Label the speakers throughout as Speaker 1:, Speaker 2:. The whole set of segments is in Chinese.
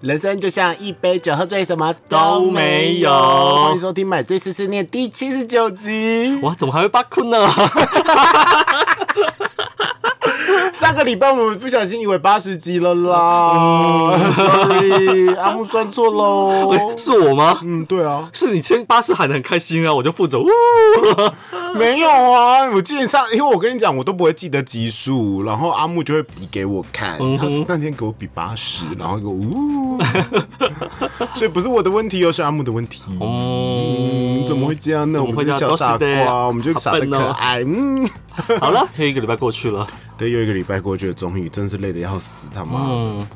Speaker 1: 人生就像一杯酒，喝醉什么
Speaker 2: 都没有
Speaker 1: 欢迎收听《买醉碎碎念》第七十九集。
Speaker 2: 哇，怎么还会八哭呢？
Speaker 1: 上个礼拜我们不小心以为八十集了 啦、s o r r y 阿木算错喽。
Speaker 2: 是我吗？
Speaker 1: 嗯，对啊，
Speaker 2: 是你先巴士喊的很开心啊，我就负 责。呜，
Speaker 1: 没有啊，我记得上，因为我跟你讲，我都不会记得集数，然后阿木就会比给我看，
Speaker 2: 嗯
Speaker 1: 他那天给我比八十，然后给我呜，所以不是我的问题，又是阿木的问题。嗯，怎么会这样呢？我
Speaker 2: 哦么
Speaker 1: 们
Speaker 2: 会
Speaker 1: 就
Speaker 2: 这
Speaker 1: 小
Speaker 2: 样
Speaker 1: 傻
Speaker 2: 都是的
Speaker 1: 瓜，我们就傻
Speaker 2: 好
Speaker 1: 的
Speaker 2: 笨哦
Speaker 1: 可爱。嗯。
Speaker 2: 好了，又一个礼拜过去了，
Speaker 1: 对，又一个礼拜过去了，终于真是累得要死，他妈！
Speaker 2: 嗯，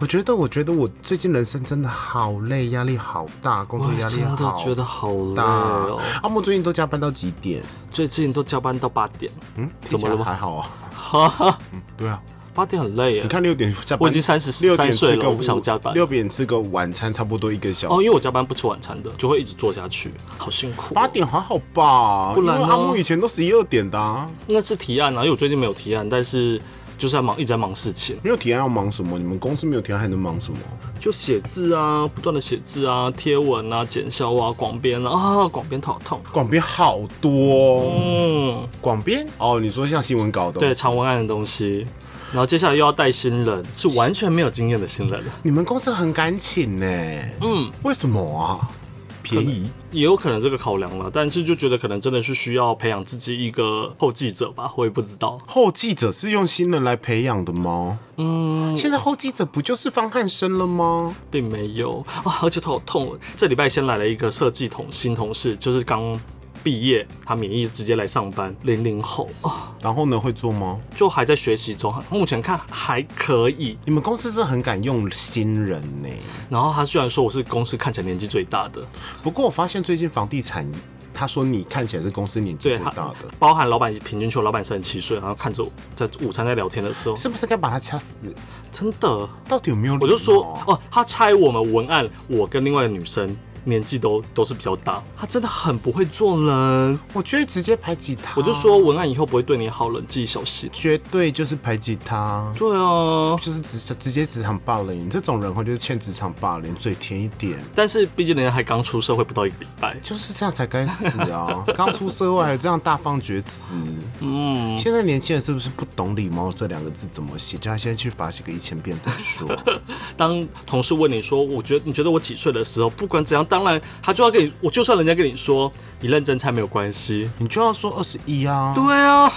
Speaker 1: 我觉得，我觉得我最近人生真的好累，压力好大，工作压力
Speaker 2: 真
Speaker 1: 好
Speaker 2: 哎的
Speaker 1: 大。
Speaker 2: 觉得好累哦。
Speaker 1: 阿木最近都加班到几点？
Speaker 2: 最近都加班到八点，嗯，怎么了
Speaker 1: 听起来
Speaker 2: 吗？
Speaker 1: 还好啊。
Speaker 2: 哈哈，
Speaker 1: 对啊，
Speaker 2: 八点很累耶
Speaker 1: 你。看六点下班，
Speaker 2: 我已经30
Speaker 1: 六点
Speaker 2: 33岁
Speaker 1: 吃
Speaker 2: 了
Speaker 1: 个
Speaker 2: 我不想加班
Speaker 1: 六点吃个晚餐，差不多一个小
Speaker 2: 哦，
Speaker 1: 时。
Speaker 2: 因为我加班不吃晚餐的，就会一直做下去，好辛苦哦。
Speaker 1: 八点还好吧？
Speaker 2: 不然
Speaker 1: 因
Speaker 2: 呢
Speaker 1: 为阿木以前都十一二点的、啊，
Speaker 2: 那是提案啊，因为我最近没有提案，但是就是在忙，一直在忙事情，
Speaker 1: 没有提案要忙什么？你们公司没有提案还能忙什么？
Speaker 2: 就写字啊，不断的写字啊，贴文啊，剪销啊，广编啊，啊，广编头好痛。
Speaker 1: 广编好多哦，
Speaker 2: 嗯，
Speaker 1: 广编哦，你说像新闻稿的，
Speaker 2: 对，，长文案的东西，然后接下来又要带新人，是完全没有经验的新人，
Speaker 1: 你们公司很敢请呢、嗯，为什么啊？便宜
Speaker 2: 也有可能这个考量了，但是就觉得可能真的是需要培养自己一个后继者吧，我也不知道。
Speaker 1: 后继者是用新人来培养的吗？嗯，现在后继者不就是方汉生了吗？
Speaker 2: 并没有啊，而且头好痛。这礼拜先来了一个设计同新同事，就是刚毕业，他免疫直接来上班，零零后啊，
Speaker 1: 然后呢，会做吗？
Speaker 2: 就还在学习中，目前看还可以。
Speaker 1: 你们公司真的很敢用新人呢、
Speaker 2: 然后他虽然说我是公司看起来年纪最大的，
Speaker 1: 不过我发现最近房地产，他说你看起来是公司年纪
Speaker 2: 对
Speaker 1: 最
Speaker 2: 他
Speaker 1: 大的，
Speaker 2: 包含老板平均球，老板三十七岁，然后看着我在午餐在聊天的时候，
Speaker 1: 是不是该把他掐死？
Speaker 2: 真的，
Speaker 1: 到底有没有？
Speaker 2: 我就说，哦，他猜我们文案，我跟另外一个女生年纪都都是比较大，他真的很不会做人。
Speaker 1: 我觉得直接排挤他，
Speaker 2: 我就说文案以后不会对你好了，你自己小心。
Speaker 1: 绝对就是排挤他。
Speaker 2: 对啊，
Speaker 1: 就是职直接职场霸凌，这种人的话就是欠职场霸凌，嘴甜一点。
Speaker 2: 但是毕竟人家还刚出社会不到一个礼拜，
Speaker 1: 就是这样才该死 啊！刚出社会还这样大放厥词，嗯，现在年轻人是不是不懂礼貌这两个字怎么写？叫他先去罚写个一千遍再 说。
Speaker 2: 当同事问你说，我觉得你觉得我几岁的时候，不管怎样，当然他就要跟你，我就算人家跟你说你认真猜没有关系。
Speaker 1: 你就要说二十一啊，
Speaker 2: 对啊，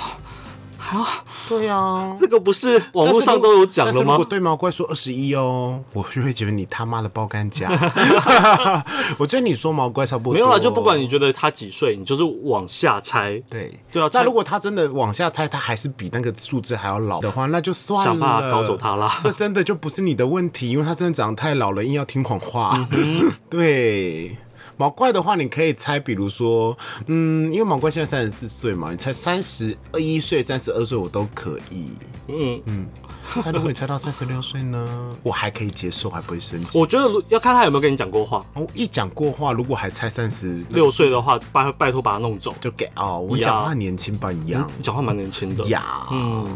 Speaker 1: 对啊。
Speaker 2: 这个不是网
Speaker 1: 但是
Speaker 2: 络
Speaker 1: 如
Speaker 2: 上都有讲
Speaker 1: 但是
Speaker 2: 了
Speaker 1: 如
Speaker 2: 吗
Speaker 1: 果？对毛怪说二十一哦，我就会觉得你他妈的包干 夹。 我觉得你说毛怪差不多。哦
Speaker 2: 没有啊啦，就不管你觉得他几岁，你就是往下猜。
Speaker 1: 对
Speaker 2: 对啊
Speaker 1: 那
Speaker 2: 猜
Speaker 1: 如果他真的往下猜，他还是比那个数字还要老的话，那就算了，
Speaker 2: 想办法搞走他啦
Speaker 1: 这真的就不是你的问题，因为他真的长得太老了，硬要听谎
Speaker 2: 嗯
Speaker 1: 话。对。毛怪的话，你可以猜，比如说，嗯，因为毛怪现在三十四岁嘛，你猜三十一岁、三十二岁我都可以。
Speaker 2: 嗯
Speaker 1: 嗯，那如果你猜到三十六岁呢，我还可以接受，还不会生气。
Speaker 2: 我觉得如要看他有没有跟你讲过话。
Speaker 1: 我一讲过话，如果还猜三十
Speaker 2: 六岁的话，拜拜托把他弄走。
Speaker 1: 就给哦，我讲话年轻吧一样。
Speaker 2: 你讲话蛮年轻的，
Speaker 1: 呀，嗯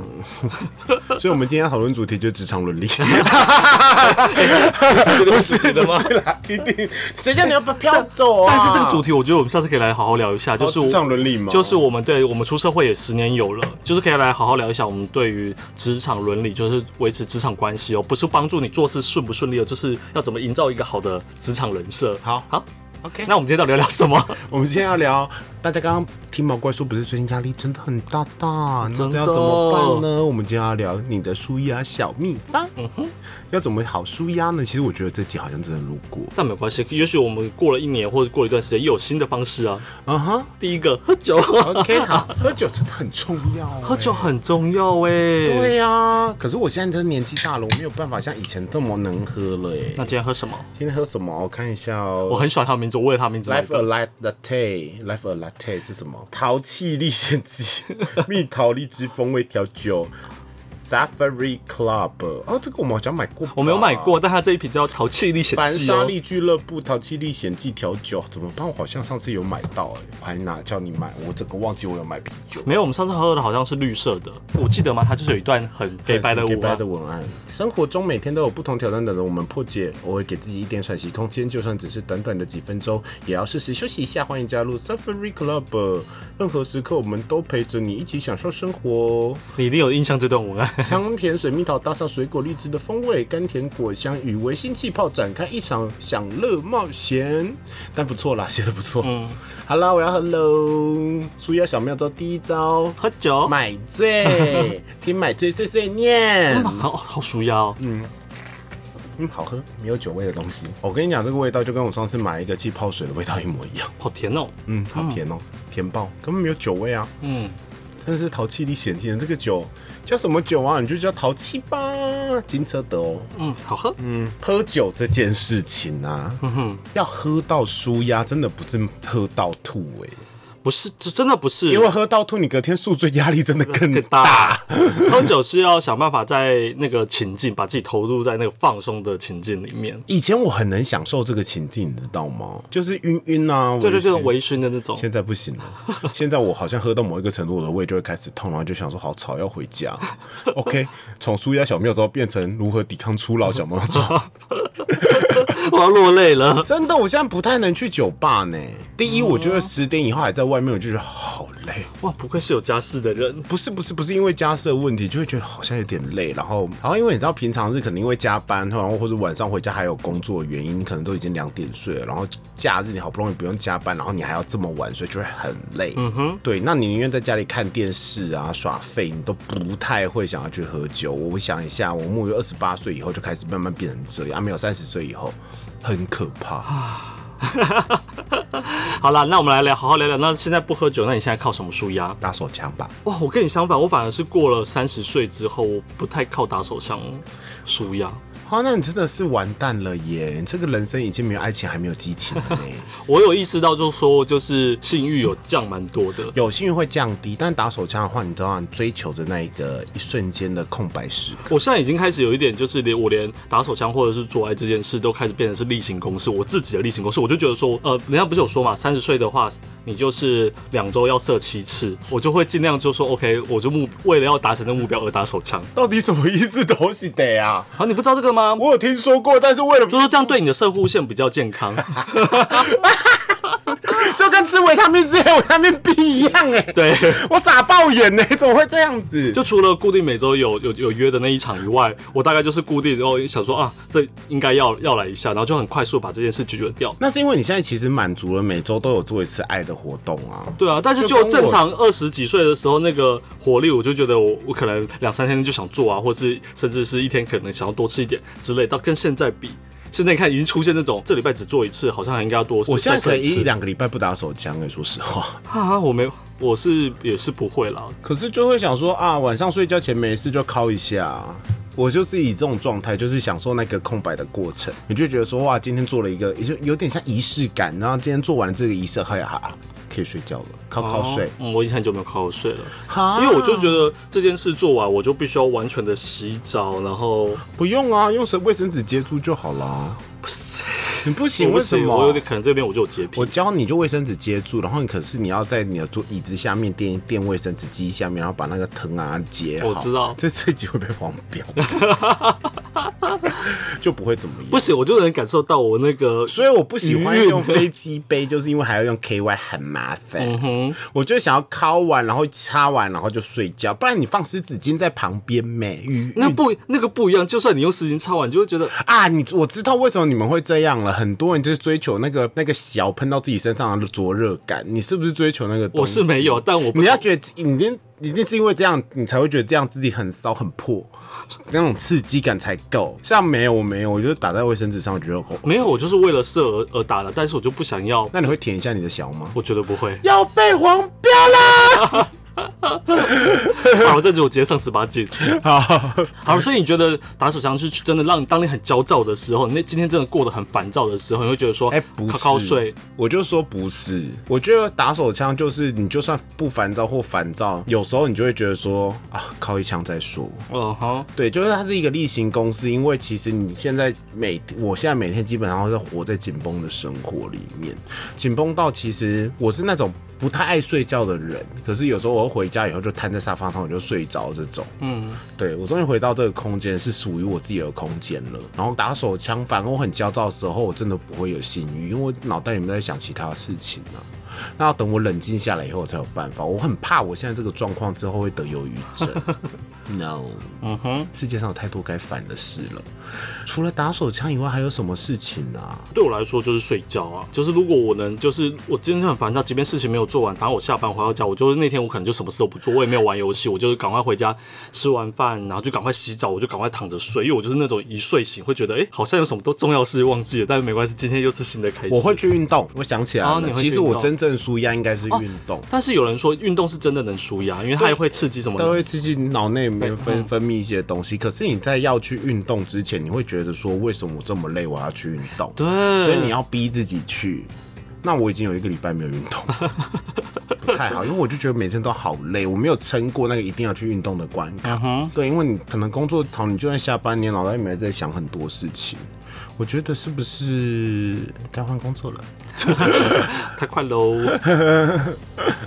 Speaker 1: 所以我们今天要讨论主题就是职场伦理，
Speaker 2: 是这个主题的吗？
Speaker 1: 啦，一定，谁叫你要把飘走啊？
Speaker 2: 但是这个主题，我觉得我们下次可以来好好聊一下，就是我
Speaker 1: 职场伦理吗
Speaker 2: 就是我们对我们出社会也十年有了，就是可以来好好聊一下我们对于职场伦理，就是维持职场关系哦，不是帮助你做事顺不顺利哦，就是要怎么营造一个好的职场人设。
Speaker 1: 好
Speaker 2: 好。
Speaker 1: OK
Speaker 2: 那我们今天到底要聊什么？
Speaker 1: 我们今天要聊，大家刚刚听毛怪说，不是最近压力真的很大大，
Speaker 2: 真
Speaker 1: 那
Speaker 2: 的
Speaker 1: 要怎么办呢？我们今天要聊你的舒压小秘方，
Speaker 2: 嗯
Speaker 1: 要怎么好舒压呢？其实我觉得这集好像真的路过，
Speaker 2: 但没关系，也许我们过了一年或者过了一段时间，又有新的方式啊。
Speaker 1: 嗯哼
Speaker 2: 第一个，喝酒，
Speaker 1: ，OK，好，喝酒真的很重要欸，
Speaker 2: 喝酒很重要哎、
Speaker 1: 对呀、可是我现在真的年纪大了，我没有办法像以前这么能喝了哎、
Speaker 2: 那今天喝什么？
Speaker 1: 今天喝什么？我看一下
Speaker 2: 我
Speaker 1: 哦。
Speaker 2: 很喜欢他的名字，我为了他的名字买
Speaker 1: Life
Speaker 2: 的。
Speaker 1: a latte，Life a latte 是什么？淘气历险记，蜜桃荔枝风味调酒， Safari Club。哦，这个我们好像买过，
Speaker 2: 我没有买过，。但它这一瓶叫《淘气历险
Speaker 1: 凡
Speaker 2: 记》
Speaker 1: 莎
Speaker 2: 哦。
Speaker 1: 利俱乐部淘气历险记调酒怎么办？我好像上次有买到、欸，我还拿叫你买，我整个忘记我有买啤酒。
Speaker 2: 没有，我们上次喝的好像是绿色的，我记得吗？它就是有一段很黑白的
Speaker 1: 给
Speaker 2: 舞、
Speaker 1: 白
Speaker 2: 啊
Speaker 1: 的，文案。生活中每天都有不同挑战等着我们破解，偶尔给自己一点喘息空间，就算只是短短的几分钟，也要适时休息一下。欢迎加入 Safari Club，任何时刻我们都陪着你一起享受生活哦。
Speaker 2: 你一定有印象这段啊文案。
Speaker 1: 香甜水蜜桃搭上水果荔枝的风味，甘甜果香与维新气泡展开一场享乐冒险。但不错啦，写的不错。嗯，好啦，我要喝喽。舒压小妙招第一招。
Speaker 2: 喝酒，
Speaker 1: 买 醉，听买醉碎碎念。
Speaker 2: 好好舒压哦。
Speaker 1: 嗯，好喝，没有酒味的东西。嗯我跟你讲，这个味道就跟我上次买一个气泡水的味道一模一样。
Speaker 2: 好甜哦。
Speaker 1: 嗯，好甜哦，甜爆，根本没有酒味啊。
Speaker 2: 嗯，
Speaker 1: 但是淘气历险记的这个酒叫什么酒啊？你就叫淘气吧，金车德哦。
Speaker 2: 嗯，好喝。
Speaker 1: 嗯，喝酒这件事情啊，要喝到舒压，真的不是喝到吐哎、
Speaker 2: 不是，这真的不是，
Speaker 1: 因为喝到吐，你隔天宿醉压力真的更
Speaker 2: 更
Speaker 1: 大。
Speaker 2: 大。 喝酒是要想办法在那个情境，把自己投入在那个放松的情境里面。
Speaker 1: 以前我很能享受这个情境，你知道吗？就是晕晕啊，
Speaker 2: 对对，
Speaker 1: 微
Speaker 2: 就
Speaker 1: 醺
Speaker 2: 是微醺的那种。
Speaker 1: 现在不行了，现在我好像喝到某一个程度，我的胃就会开始痛，然后就想说好吵，要回家。OK，从舒压小妙招变成如何抵抗初老小妙招。
Speaker 2: 我要落泪了。
Speaker 1: 真的，我现在不太能去酒吧呢。第一，我觉得十点以后还在外面，我就觉得好累。
Speaker 2: 哇，不愧是有家室的人。
Speaker 1: 不是不是不是因为家事的问题，就会觉得好像有点累，然后然后因为你知道平常日可能因为加班，然后或者晚上回家还有工作的原因，你可能都已经两点睡了，然后假日你好不容易不用加班，然后你还要这么晚睡，就会很累。嗯哼，对，那你宁愿在家里看电视啊耍废，你都不太会想要去喝酒。我想一下，我木鱼二十八岁以后就开始慢慢变成这样，啊、没有三十岁以后很可 怕。
Speaker 2: 好啦，那我们来聊，好好聊聊。那现在不喝酒，那你现在靠什么舒压？
Speaker 1: 打手枪吧，
Speaker 2: 哇，我跟你相反，我反而是过了三十岁之后，我不太靠打手枪舒压。
Speaker 1: 好、那你真的是完蛋了耶！你这个人生已经没有爱情，还没有激情了呢。
Speaker 2: 我有意识到，就是说，就是性欲有降蛮多的。
Speaker 1: 有幸运会降低，但打手枪的话，你知道你追求着那一个一瞬间的空白时刻。
Speaker 2: 我现在已经开始有一点，就是连我连打手枪或者是做爱这件事都开始变成是例行公事，我自己的例行公事。我就觉得说，呃，人家不是有说嘛，三十岁的话，你就是两周要射七次，我就会尽量就说，OK，我就目为了要达成这目标而打手枪。
Speaker 1: 到底什么意思？都是得啊！
Speaker 2: 啊，你不知道这个吗？
Speaker 1: 我有听说过，但是为了
Speaker 2: 就说这样对你的射护线比较健康。
Speaker 1: 就跟吃维他命 C、维他命 B 一样哎、
Speaker 2: 对，
Speaker 1: 我傻爆眼呢、怎么会这样子？
Speaker 2: 就除了固定每周有有有约的那一场以外，我大概就是固定然后想说啊，这应该要要来一下，然后就很快速把这件事解决掉。
Speaker 1: 那是因为你现在其实满足了每周都有做一次爱的活动啊。
Speaker 2: 对啊，但是
Speaker 1: 就跟
Speaker 2: 就
Speaker 1: 我
Speaker 2: 正常二十几岁的时候，那个活力，我就觉得我我可能两三天就想做啊，或是甚至是一天可能想要多吃一点之类。到跟现在比，现在你看已经出现那种这礼拜只做一次，好像还应该要多试。
Speaker 1: 我现在可
Speaker 2: 再试
Speaker 1: 以
Speaker 2: 一
Speaker 1: 一
Speaker 2: 次
Speaker 1: 两个礼拜不打手枪哎、说实话。
Speaker 2: 哈哈，我没，我是也是不会啦。
Speaker 1: 可是就会想说啊，晚上睡觉前没事就敲一下。啊我就是以这种状态，就是享受那个空白的过程，你就觉得说哇，今天做了一个，也就有点像仪式感。然后今天做完了这个仪式，哎呀，哈可以睡觉了，靠靠睡。
Speaker 2: 嗯，我已经很久没有靠睡了，
Speaker 1: 哈
Speaker 2: 因为我就觉得这件事做完，我就必须要完全的洗澡，然后
Speaker 1: 不用啊，用卫生纸接住就好了。
Speaker 2: 不是，
Speaker 1: 你 不行，为什么？
Speaker 2: 我有点可能这边我就有洁癖
Speaker 1: 我。教你就卫生纸接住，然后你可是你要在你的桌椅子下面垫垫卫生纸机下面，然后把那个藤啊结好。
Speaker 2: 我知道
Speaker 1: 这这集会被黄标， 就不会怎么样
Speaker 2: 不。行，我就能感受到我那个
Speaker 1: 所以我不喜欢
Speaker 2: 余韵
Speaker 1: 用飞机杯，就是因为还要用 KY 很麻烦。
Speaker 2: 嗯
Speaker 1: 我就想要敲完，然后擦完，然后就睡觉。不然你放湿纸巾在旁边没？余
Speaker 2: 那不那个不一样，就算你用湿巾擦完，你就会觉得
Speaker 1: 啊，你我知道为什么你们会这样了。很多人就是追求那个那个小喷到自己身上的灼热感。你是不是追求那个？
Speaker 2: 我是没有，。但我不
Speaker 1: 你要觉得你一定一定是因为这样，你才会觉得这样自己很骚很破，那种刺激感才够。像没有我没有，我就是打在卫生纸上，我觉得哦。
Speaker 2: 没有，我就是为了射而而打的，但是我就不想要，
Speaker 1: 那你会舔一下你的小吗？
Speaker 2: 我觉得不会。
Speaker 1: 要被黄标啦！
Speaker 2: 好，我这集我直接上十八禁。
Speaker 1: 好，
Speaker 2: 好，所以你觉得打手枪是真的让你当你很焦躁的时候，你那今天真的过得很烦躁的时候，你会觉得说，
Speaker 1: 哎、不是，
Speaker 2: 靠靠睡，
Speaker 1: 我就说不是。我觉得打手枪就是你就算不烦躁或烦躁，有时候你就会觉得说啊，靠一枪再说。
Speaker 2: 嗯哼，
Speaker 1: 对，就是它是一个例行公事，因为其实你现在每，我现在每天基本上都是活在紧绷的生活里面，紧绷到其实我是那种不太爱睡觉的人，可是有时候我回家以后就瘫在沙发上我就睡着这种。嗯，对我终于回到这个空间是属于我自己的空间了。然后打手枪，反而我很焦躁的时候，我真的不会有性欲，因为我脑袋里面在想其他的事情啊。那要等我冷静下来以后，我才有办法。我很怕我现在这个状况之后会得忧郁症。No，嗯哼，世界上有太多该烦的事了。除了打手枪以外，还有什么事情啊？
Speaker 2: 对我来说就是睡觉啊，就是如果我能，就是我今天很烦躁，即便事情没有做完，反正我下班回到家，我就是那天我可能就什么事都不做，我也没有玩游戏，我就是赶快回家吃完饭，然后就赶快洗澡，我就赶快躺着睡，因为我就是那种一睡醒会觉得，哎、好像有什么都重要事忘记了，但是没关系，今天又是新的开始。
Speaker 1: 我会去运动，我想起来了。
Speaker 2: 哦你会去
Speaker 1: 其
Speaker 2: 运动
Speaker 1: 实我真正舒压应该是运动，
Speaker 2: 但是有人说运动是真的能舒压，因为它也会刺激什么
Speaker 1: 它、会刺激你脑内里面分分泌一些东西。可是你在要去运动之前，你会觉得说，为什么我这么累，我要去运动？对
Speaker 2: 对，
Speaker 1: 所以你要逼自己去。那我已经有一个礼拜没有运动，不太好，因为我就觉得每天都好累，我没有撑过那个一定要去运动的关卡。对，因为你可能工作好，你就算下班，你脑袋里面还在想很多事情。我觉得是不是该换工作了？
Speaker 2: 太 快喽。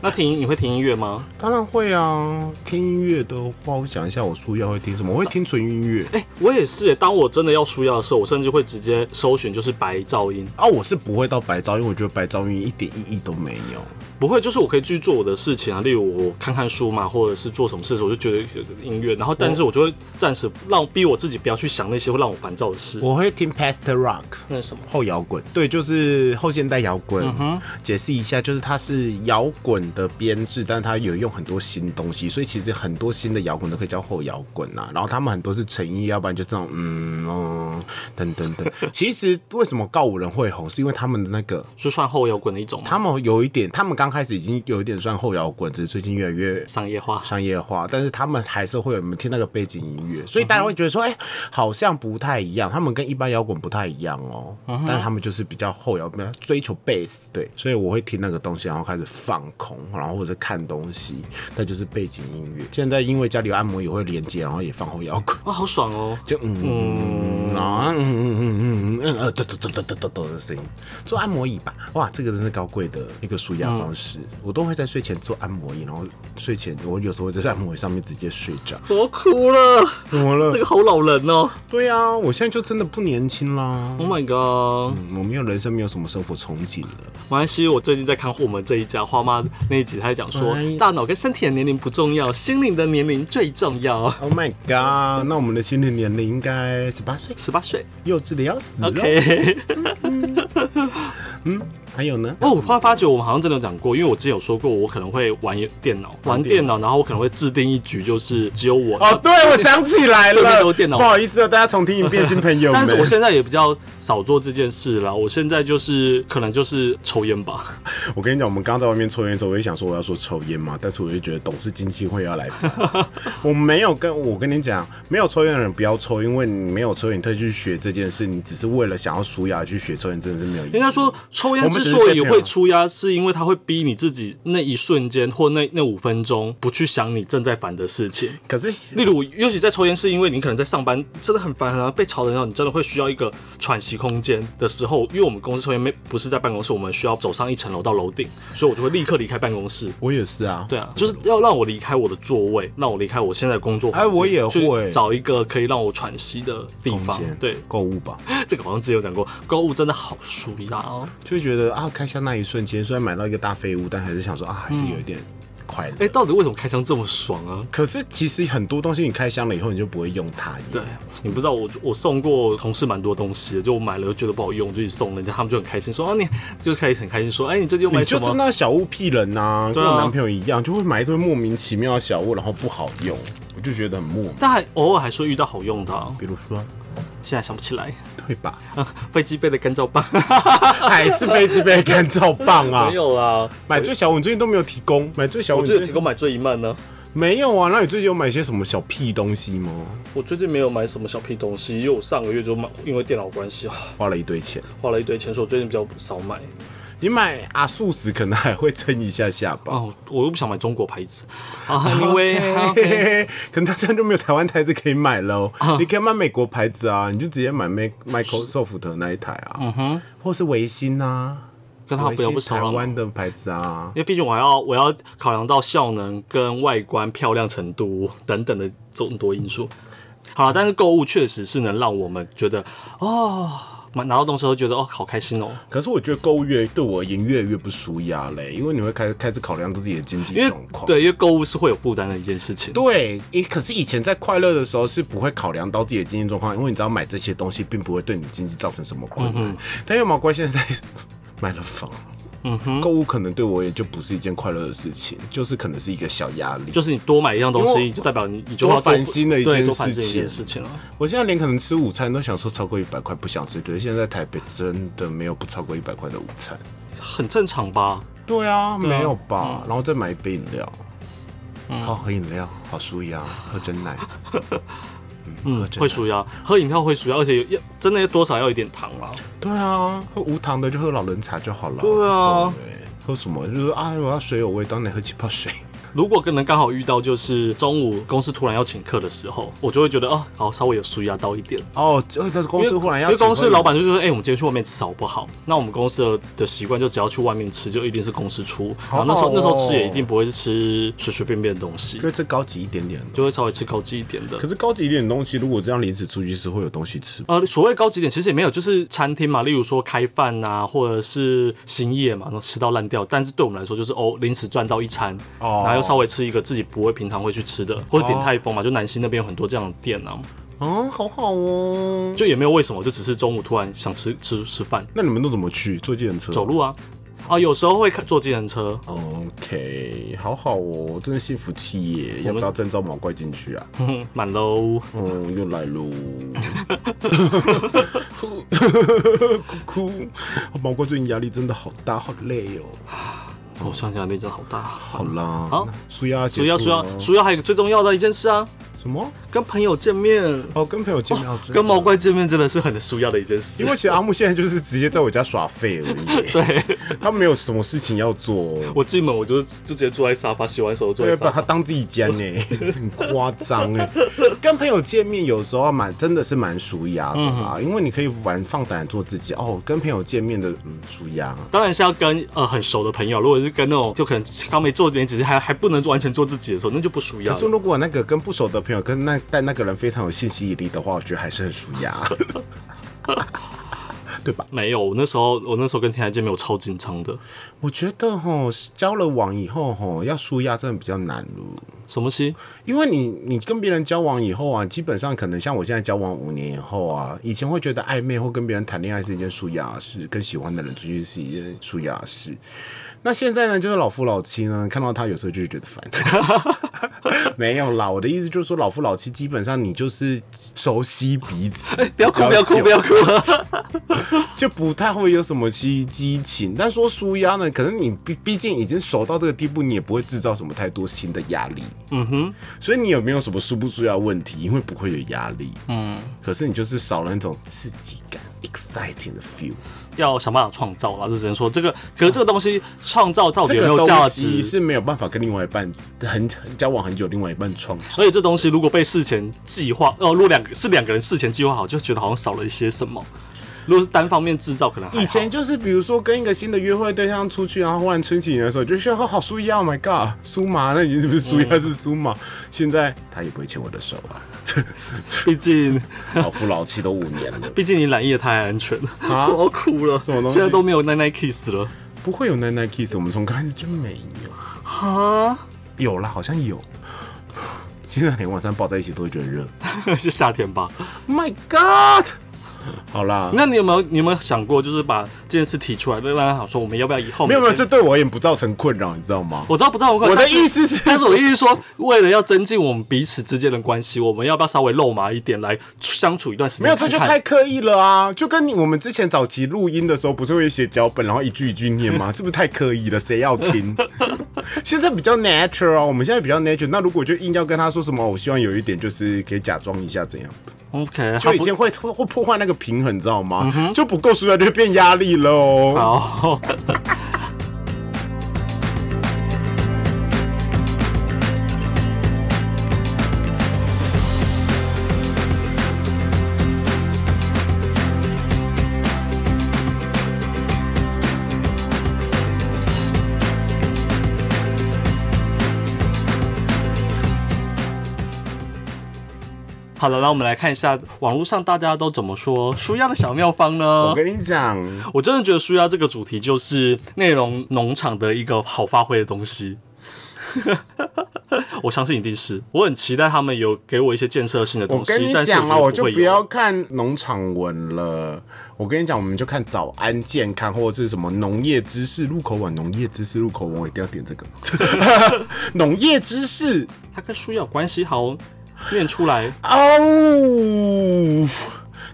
Speaker 2: 那听你会听音乐吗？
Speaker 1: 当然会啊，听音乐的话，我想一下我书要会听什么，我会听纯音乐。
Speaker 2: 哎、我也是耶。当我真的要舒压的时候，我甚至会直接搜寻就是白噪音，
Speaker 1: 啊，我是不会到白噪音，我觉得白噪音一点意义都没有。
Speaker 2: 不会就是我可以去做我的事情啊，例如我看看书嘛，或者是做什么事的时候，我就觉得有音乐，然后但是我就会暂时让逼我自己不要去想那些会让我烦躁的事。
Speaker 1: 我会听 Past Rock。
Speaker 2: 那是什么？
Speaker 1: 后摇滚，对，就是后现代摇滚。解释一下，就是它是摇滚的编制，但它有用很多新东西，所以其实很多新的摇滚都可以叫后摇滚呐。然后他们很多是诚意，要不然就是那种嗯嗯等等等。其实为什么告五人会红，是因为他们的那个，
Speaker 2: 是算后摇滚的一种吗？
Speaker 1: 他们有一点，他们刚开始已经有一点算后摇滚，只是最近越来越
Speaker 2: 商业化。
Speaker 1: 商业化，但是他们还是会有你们听那个背景音乐，所以大家会觉得说，哎、好像不太一样，他们跟一般摇滚不太一样哦，但是他们就是比较后摇，比较追求 bass，对，所以我会听那个东西，然后开始放空，然后或者看东西，那就是背景音乐。现在因为家里有按摩也会连接，然后也放后摇滚，
Speaker 2: 哇、好爽哦！
Speaker 1: 就嗯，然后嗯嗯嗯嗯嗯嗯呃，嘟嘟嘟嘟嘟嘟嘟的声音，做按摩椅吧，哇，这个真是高贵的一个舒压方式。我都会在睡前做按摩椅，然后睡前我有时候会在按摩椅上面直接睡着。
Speaker 2: 我哭了，
Speaker 1: 怎么了
Speaker 2: 这个好老人哦
Speaker 1: 对啊，我现在就真的不年轻啦。
Speaker 2: ！Oh my god！
Speaker 1: 嗯我没有人生，没有什么生活憧憬了。
Speaker 2: 马来西亚，我最近在看我们这一家花妈那一集，他在讲说
Speaker 1: 哎，
Speaker 2: 大脑跟身体的年龄不重要，心灵的年龄最重要。
Speaker 1: Oh my god！那我们的心理年龄应该十八岁，
Speaker 2: 十八岁
Speaker 1: 幼稚的要死了。
Speaker 2: ，OK。
Speaker 1: 还有呢？
Speaker 2: 哦，我突然发觉我们好像真的有讲过，因为我之前有说过，我可能会玩电脑，玩电脑，然后我可能会制定一局，就是只有我。
Speaker 1: 哦，对，我想起来
Speaker 2: 对面
Speaker 1: 了
Speaker 2: 都有，电脑
Speaker 1: 不好意思哦，大家重听一遍，新朋 友们。
Speaker 2: 但是我现在也比较少做这件事了，我现在就是可能就是抽烟 吧。
Speaker 1: 我跟你讲，我们刚在外面抽烟的时候，我也想说我要说抽烟嘛，但是我就觉得董事基金会要来烦。 我没有跟我跟你讲，没有抽烟的人不要抽，因为你没有抽烟，你特意去学这件事，你只是为了想要舒雅去学抽烟，真的是没有意义
Speaker 2: 应。该说，抽烟之所以会出压，是因为它会逼你自己那一瞬间或那那五分钟不去想你正在烦的事情。
Speaker 1: 可是
Speaker 2: 例如，尤其在抽烟，是因为你可能在上班真的很烦，然后被吵的时候，你真的会需要一个喘息空间的时候。因为我们公司抽烟没不是在办公室，我们需要走上一层楼到楼顶，所以我就会立刻离开办公室。
Speaker 1: 我也是啊，
Speaker 2: 对啊，就是要让我离开我的座位，让我离开我现在的工作环境，
Speaker 1: 哎我也会
Speaker 2: 去找一个可以让我喘息的地方。对，
Speaker 1: 购物吧，
Speaker 2: 这个好像之前有讲过，购物真的好舒压哦。
Speaker 1: 就会觉得啊，开箱那一瞬间，虽然买到一个大废物，但还是想说啊，还是有
Speaker 2: 嗯
Speaker 1: 一点快乐。
Speaker 2: 哎、到底为什么开箱这么爽啊？
Speaker 1: 可是其实很多东西你开箱了以后，你就不会用它耶。
Speaker 2: 对，你不知道我我送过同事蛮多东西的，就我买了又觉得不好用，我就去送人家，他们就很开心说啊你就是可以很开心说哎、你最近又买
Speaker 1: 你
Speaker 2: 什
Speaker 1: 就是
Speaker 2: 么？
Speaker 1: 那小物屁人呐、跟
Speaker 2: 啊
Speaker 1: 我男朋友一样，就会买一堆莫名其妙的小物，然后不好用，我就觉得很 莫名。
Speaker 2: 但还偶尔还说遇到好用的啊、
Speaker 1: 比如说，
Speaker 2: 现在想不起来。
Speaker 1: 对吧？
Speaker 2: 啊，飞机杯的干燥棒
Speaker 1: 还是飞机杯干燥棒啊
Speaker 2: 没？有啦，
Speaker 1: 买最小我你最近都没有提供，买最小我
Speaker 2: 我
Speaker 1: 你
Speaker 2: 只
Speaker 1: 最
Speaker 2: 有提
Speaker 1: 近
Speaker 2: 供买最一曼呢、
Speaker 1: 没有啊，那你最近有买些什么小屁东西吗？
Speaker 2: 我最近没有买什么小屁东西，因为我上个月就买，因为电脑关系啊，
Speaker 1: 花了一堆钱，
Speaker 2: 花了一堆钱，所以我最近比较少买。
Speaker 1: 你买阿素食可能还会撑一下下吧。
Speaker 2: 哦，我又不想买中国牌 子啊，因为
Speaker 1: 嘿嘿嘿 可能他这样就没有台湾牌子可以买 喽。
Speaker 2: 啊
Speaker 1: 你可以买美国牌子啊，你就直接买 Mac Microsoft 的那一台啊，嗯哼，或是维新啊，
Speaker 2: 跟他
Speaker 1: 维
Speaker 2: 不要
Speaker 1: 新
Speaker 2: 不熟
Speaker 1: 台
Speaker 2: 了嘛，
Speaker 1: 湾的牌子啊。
Speaker 2: 因为毕竟我还要我要考量到效能跟外观漂亮程度等等的众多因素。好啦，但是购物确实是能让我们觉得哦，买拿到东西后觉得哦好开心哦，
Speaker 1: 可是我觉得购物越对我而言越来越不舒压嘞，因为你会开开始考量自己的经济
Speaker 2: 因为
Speaker 1: 状况。
Speaker 2: 对，因为购物是会有负担的一件事情。
Speaker 1: 对，诶，可是以前在快乐的时候是不会考量到自己的经济状况，因为你知道买这些东西并不会对你经济造成什么困
Speaker 2: 嗯
Speaker 1: 难。但因为毛怪现在 买了房，嗯哼，购物可能对我也就不是一件快乐的事情，就是可能是一个小压力。
Speaker 2: 就是你多买一样东
Speaker 1: 因为
Speaker 2: 西，
Speaker 1: 我
Speaker 2: 就代表你你就
Speaker 1: 多
Speaker 2: 要
Speaker 1: 烦心的一
Speaker 2: 对
Speaker 1: 件
Speaker 2: 多烦
Speaker 1: 事
Speaker 2: 心的一
Speaker 1: 情
Speaker 2: 件事情了。
Speaker 1: 我现在连可能吃午餐都想说超过一百块不想吃，可是现在台北真的没有不超过一百块的午餐。
Speaker 2: 很正常吧？
Speaker 1: 对啊，没有吧？然后再买一杯饮料，好喝饮料，好舒压，喝真 奶，嗯，喝真
Speaker 2: 会
Speaker 1: 奶
Speaker 2: 舒压，喝饮料会舒压，而且要真的要多少要一点糖啦。
Speaker 1: 对啊，喝无糖的就喝老人茶就好了。
Speaker 2: 对啊
Speaker 1: 不懂欸，喝什么就是啊，我要水有味道，那你喝气泡水。
Speaker 2: 如果跟能刚好遇到就是中午公司突然要请客的时候，我就会觉得哦，好稍微有舒压到一点。
Speaker 1: 哦，这个公
Speaker 2: 因
Speaker 1: 司
Speaker 2: 为
Speaker 1: 忽然要
Speaker 2: 因为
Speaker 1: 请
Speaker 2: 公司
Speaker 1: 客
Speaker 2: 老板就说：“哎、我们今天去外面吃好不好？”那我们公司的的习惯就只要去外面吃，就一定是公司出。然后那时
Speaker 1: 好
Speaker 2: 候、
Speaker 1: 好哦
Speaker 2: 那时候吃也一定不会是吃随随便便的东西
Speaker 1: 因，为这高级一点点的。
Speaker 2: 就会稍微吃高级一点的
Speaker 1: 可。是高级一点的东西，如果这样临时出去吃，会有东西吃吗。
Speaker 2: 呃，所谓高级点其实也没有，就是餐厅嘛，例如说开饭啊，或者是兴业嘛，然后吃到烂掉。但是对我们来说，就是哦，临时赚到一餐，
Speaker 1: 哦
Speaker 2: 然后又稍微吃一个自己不会平常会去吃的，或者鼎泰丰嘛，就南溪那边有很多这样的店啊，
Speaker 1: 哦，好好哦。
Speaker 2: 就也没有为什么，就只是中午突然想吃吃吃饭，
Speaker 1: 那你们都怎么去？坐计程车？
Speaker 2: 走。路啊，啊，有时候会开坐计程车，
Speaker 1: OK，好好哦，真的幸福企业。要不要征召毛怪进去啊？
Speaker 2: 哼哼，满喽。
Speaker 1: 嗯，又来喽， 哭哭，毛怪最近压力真的好大，好累哦。
Speaker 2: 我想想，力真的好大。
Speaker 1: 好啦，
Speaker 2: 好
Speaker 1: 舒压结
Speaker 2: 主要
Speaker 1: 束
Speaker 2: 主
Speaker 1: 了
Speaker 2: 要主要还有一个最重要的一件事啊，
Speaker 1: 什么？
Speaker 2: 跟朋友见面，
Speaker 1: 哦， 跟朋友见面要真的
Speaker 2: 跟毛，怪见面真的是很需要的一件事
Speaker 1: 因。为其实阿木现在就是直接在我家耍废而已， 对，他没有什么事情要做，
Speaker 2: 我进门我就就直接坐在沙发，洗完手坐
Speaker 1: 对，
Speaker 2: 在
Speaker 1: 把
Speaker 2: 沙
Speaker 1: 他
Speaker 2: 发。
Speaker 1: 当自己家 呢，很夸张哎。跟朋友见面有时候啊蛮真的是蛮舒压的啦，因为你可以玩放胆做自己哦。跟朋友见面的嗯舒压，
Speaker 2: 当然是要跟呃很熟的朋友，如果是跟那种就可能刚没做点，只是还还不能完全做自己的时候，那就不属于
Speaker 1: 可
Speaker 2: 啊。
Speaker 1: 是如果那个跟不熟的朋友跟那但那个人非常有信息引力的话，我觉得还是很舒压，对吧？
Speaker 2: 没有，我那时候我那时候跟天台见面，我超紧张的。
Speaker 1: 我觉得吼，交了网以后吼，要舒压真的比较难了。
Speaker 2: 什么西？
Speaker 1: 因为你你跟别人交往以后啊，基本上可能像我现在交往五年以后啊，以前会觉得暧昧或跟别人谈恋爱是一件舒压的事，跟喜欢的人出去是一件舒压的事。那现在呢，就是老夫老妻呢，看到他有时候就会觉得烦。 没有啦，我的意思就是说，老夫老妻基本上你就是熟悉彼此，
Speaker 2: 不要哭，不要哭，不要哭！
Speaker 1: 就不太会有什么激激情。但说舒压呢，可能你毕毕竟已经熟到这个地步，你也不会制造什么太多新的压力。嗯哼，所以你有没有什么舒不舒压问题？因为不会有压力。嗯，可是你就是少了那种刺激感，exciting 的 feel。
Speaker 2: 要想办法创造啦，这只能说这个，可是这个东西创造到底
Speaker 1: 这
Speaker 2: 有
Speaker 1: 个
Speaker 2: 没有
Speaker 1: 东
Speaker 2: 价值
Speaker 1: 西是没有办法跟另外一半很很交往很久，另外一半创造。
Speaker 2: 而且这东西如果被事前计划，哦，如果两个是两个人事前计划好，就觉得好像少了一些什么。如果是单方面制造，可能还哎好
Speaker 1: 以前就是比如说跟一个新的约会对象出去，然后忽然春起你的时候，你就觉得好好舒压，Oh my god，苏麻，那你是不是舒
Speaker 2: 嗯
Speaker 1: 压是苏麻？现在他也不会牵我的手啊。
Speaker 2: 毕竟，
Speaker 1: 老夫老妻都五年了
Speaker 2: 毕竟你染夜太安全 了，
Speaker 1: 啊
Speaker 2: 我要哭了，
Speaker 1: 么东西
Speaker 2: 现在都没有奶奶 kiss 了
Speaker 1: 不会有奶奶 kiss，我们从刚开始就没有，
Speaker 2: 啊，
Speaker 1: 有啦，好像有。现在连晚上抱在一起都会觉得热。
Speaker 2: 是夏天吧？
Speaker 1: My God，好啦，
Speaker 2: 那你有没有你有没有想过，就是把这件事提出来，让大家想说，我们要不要以后
Speaker 1: 没有没有，
Speaker 2: 每
Speaker 1: 这
Speaker 2: 天
Speaker 1: 对我而言不造成困扰，你知道吗？
Speaker 2: 我知道不知道
Speaker 1: 我的
Speaker 2: 但是
Speaker 1: 意思是
Speaker 2: 但是我的意思是说，为了要增进我们彼此之间的关系，我们要不要稍微肉麻一点来相处一段时间？
Speaker 1: 没有，这就
Speaker 2: 看
Speaker 1: 太
Speaker 2: 看
Speaker 1: 刻意了啊！就跟你我们之前早期录音的时候，不是会写脚本，然后一句一句念 吗？这不是太刻意了，谁要听？ 现在比较 natural 啊，我们现在比较 natural。那如果就硬要跟他说什么，我希望有一点就是可以假装一下怎样，
Speaker 2: OK，
Speaker 1: 就
Speaker 2: 他
Speaker 1: 已
Speaker 2: 不嗯
Speaker 1: 经会会会破坏那个平衡，你知道吗？就不够舒压就会变压力喽。
Speaker 2: 好。好了，那我们来看一下网络上大家都怎么说舒压的小妙方呢？
Speaker 1: 我跟你讲，
Speaker 2: 我真的觉得舒压这个主题就是内容农场的一个好发挥的东西。 我相信一定是，我很期待他们有给我一些建设性的
Speaker 1: 我
Speaker 2: 东西
Speaker 1: 跟你，
Speaker 2: 但是
Speaker 1: 讲啊，
Speaker 2: 我
Speaker 1: 我就
Speaker 2: 觉得不会
Speaker 1: 不
Speaker 2: 有
Speaker 1: 要看农场文了。我跟你讲，我们就看早安健康或者是什么农业知识入口网，农业知识入口网，我一定要点这个。 农业知识
Speaker 2: 它跟舒压有关系好念 出来，
Speaker 1: 哦，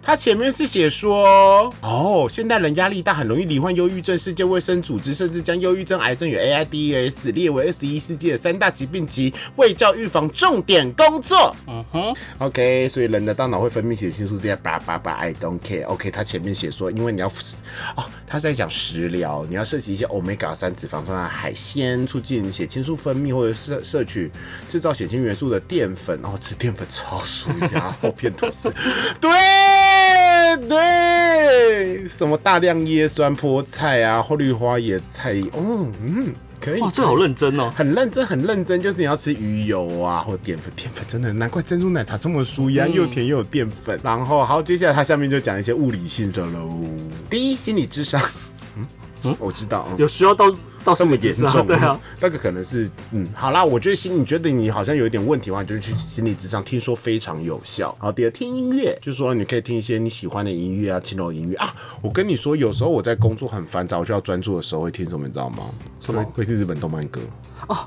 Speaker 1: 它前面是写说哦，现代人压力大，很容易罹患忧郁症。世界卫生组织甚至将忧郁症、癌症与 AIDS 列为二十一世纪的三大疾病及卫教预防重点工作。
Speaker 2: 嗯哼，
Speaker 1: OK，所以人的大脑会分泌血清素，这些叭叭叭，I don't care。OK，他前面写说，因为你要哦，他是在讲食疗，你要摄取一些 omega 三脂肪酸啊、海鲜，促进血清素分泌或者摄摄取制造血清元素的淀粉。哦，吃淀粉超舒压，厚片吐司， 对对，什么大量椰酸菠菜啊，或绿花野菜，嗯嗯，可以
Speaker 2: 哇，。这好认真哦。
Speaker 1: 很认真，很认真，就是你要吃鱼油啊，或淀粉，淀粉真的难怪珍珠奶茶这么舒压，又甜又有淀粉。然后，好，接下来它下面就讲一些物理性的喽。第一，心理智商，嗯， 我知道，嗯
Speaker 2: 有需要到到
Speaker 1: 这
Speaker 2: 什
Speaker 1: 么
Speaker 2: 么
Speaker 1: 严
Speaker 2: 解释
Speaker 1: 重
Speaker 2: 啊？对啊，，
Speaker 1: 那个可能是，嗯，好啦，我觉得心，你觉得你好像有一点问题的话，你就去心理智商，听说非常有效。好，第二，听音乐，就说你可以听一些你喜欢的音乐啊，轻柔音乐啊。我跟你说，有时候我在工作很烦躁，我需要专注的时候会听什么，你知道吗？
Speaker 2: 什么哦
Speaker 1: 会听日本动漫歌。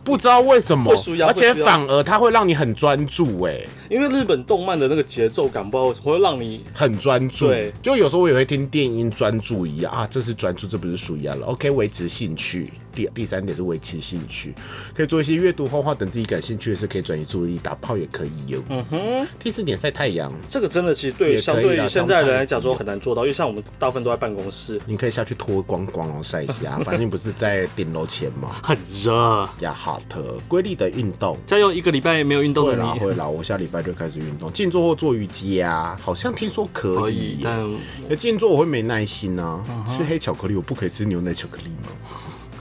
Speaker 1: 不知道为什么
Speaker 2: 会舒，压
Speaker 1: 而且
Speaker 2: 会舒压
Speaker 1: 反而它会让你很专注、欸，
Speaker 2: 因为日本动漫的那个节奏感，不知道为什么会让你
Speaker 1: 很专注
Speaker 2: 对。
Speaker 1: 就有时候我也会听电音专注一样啊，这是专注，这不是舒压了。OK，维持兴趣。第第三点是维持兴趣，可以做一些阅读、画画等自己感兴趣的事，可以转移注意力，打炮也可以哟。嗯哼。第四点晒太阳，
Speaker 2: 这个真的其实对
Speaker 1: 也可以啊啦
Speaker 2: 相对于现在人来讲
Speaker 1: sometimes
Speaker 2: 说很难做到，因为像我们大部分都在办公室，
Speaker 1: 你可以下去脱光光然后晒一 下，反正你不是在顶楼前嘛。
Speaker 2: 很热。
Speaker 1: 呀好的，规律的运动。
Speaker 2: 再用一个礼拜没有运动
Speaker 1: 会
Speaker 2: 的
Speaker 1: 啦
Speaker 2: 你，
Speaker 1: 会啦，我下礼拜就开始运动，静坐或做瑜伽，好像听说可
Speaker 2: 可
Speaker 1: 以
Speaker 2: 以，
Speaker 1: 耶。
Speaker 2: 但
Speaker 1: 那哎静坐我会没耐心啊，
Speaker 2: 嗯
Speaker 1: 吃黑巧克力我不可以吃牛奶巧克力吗？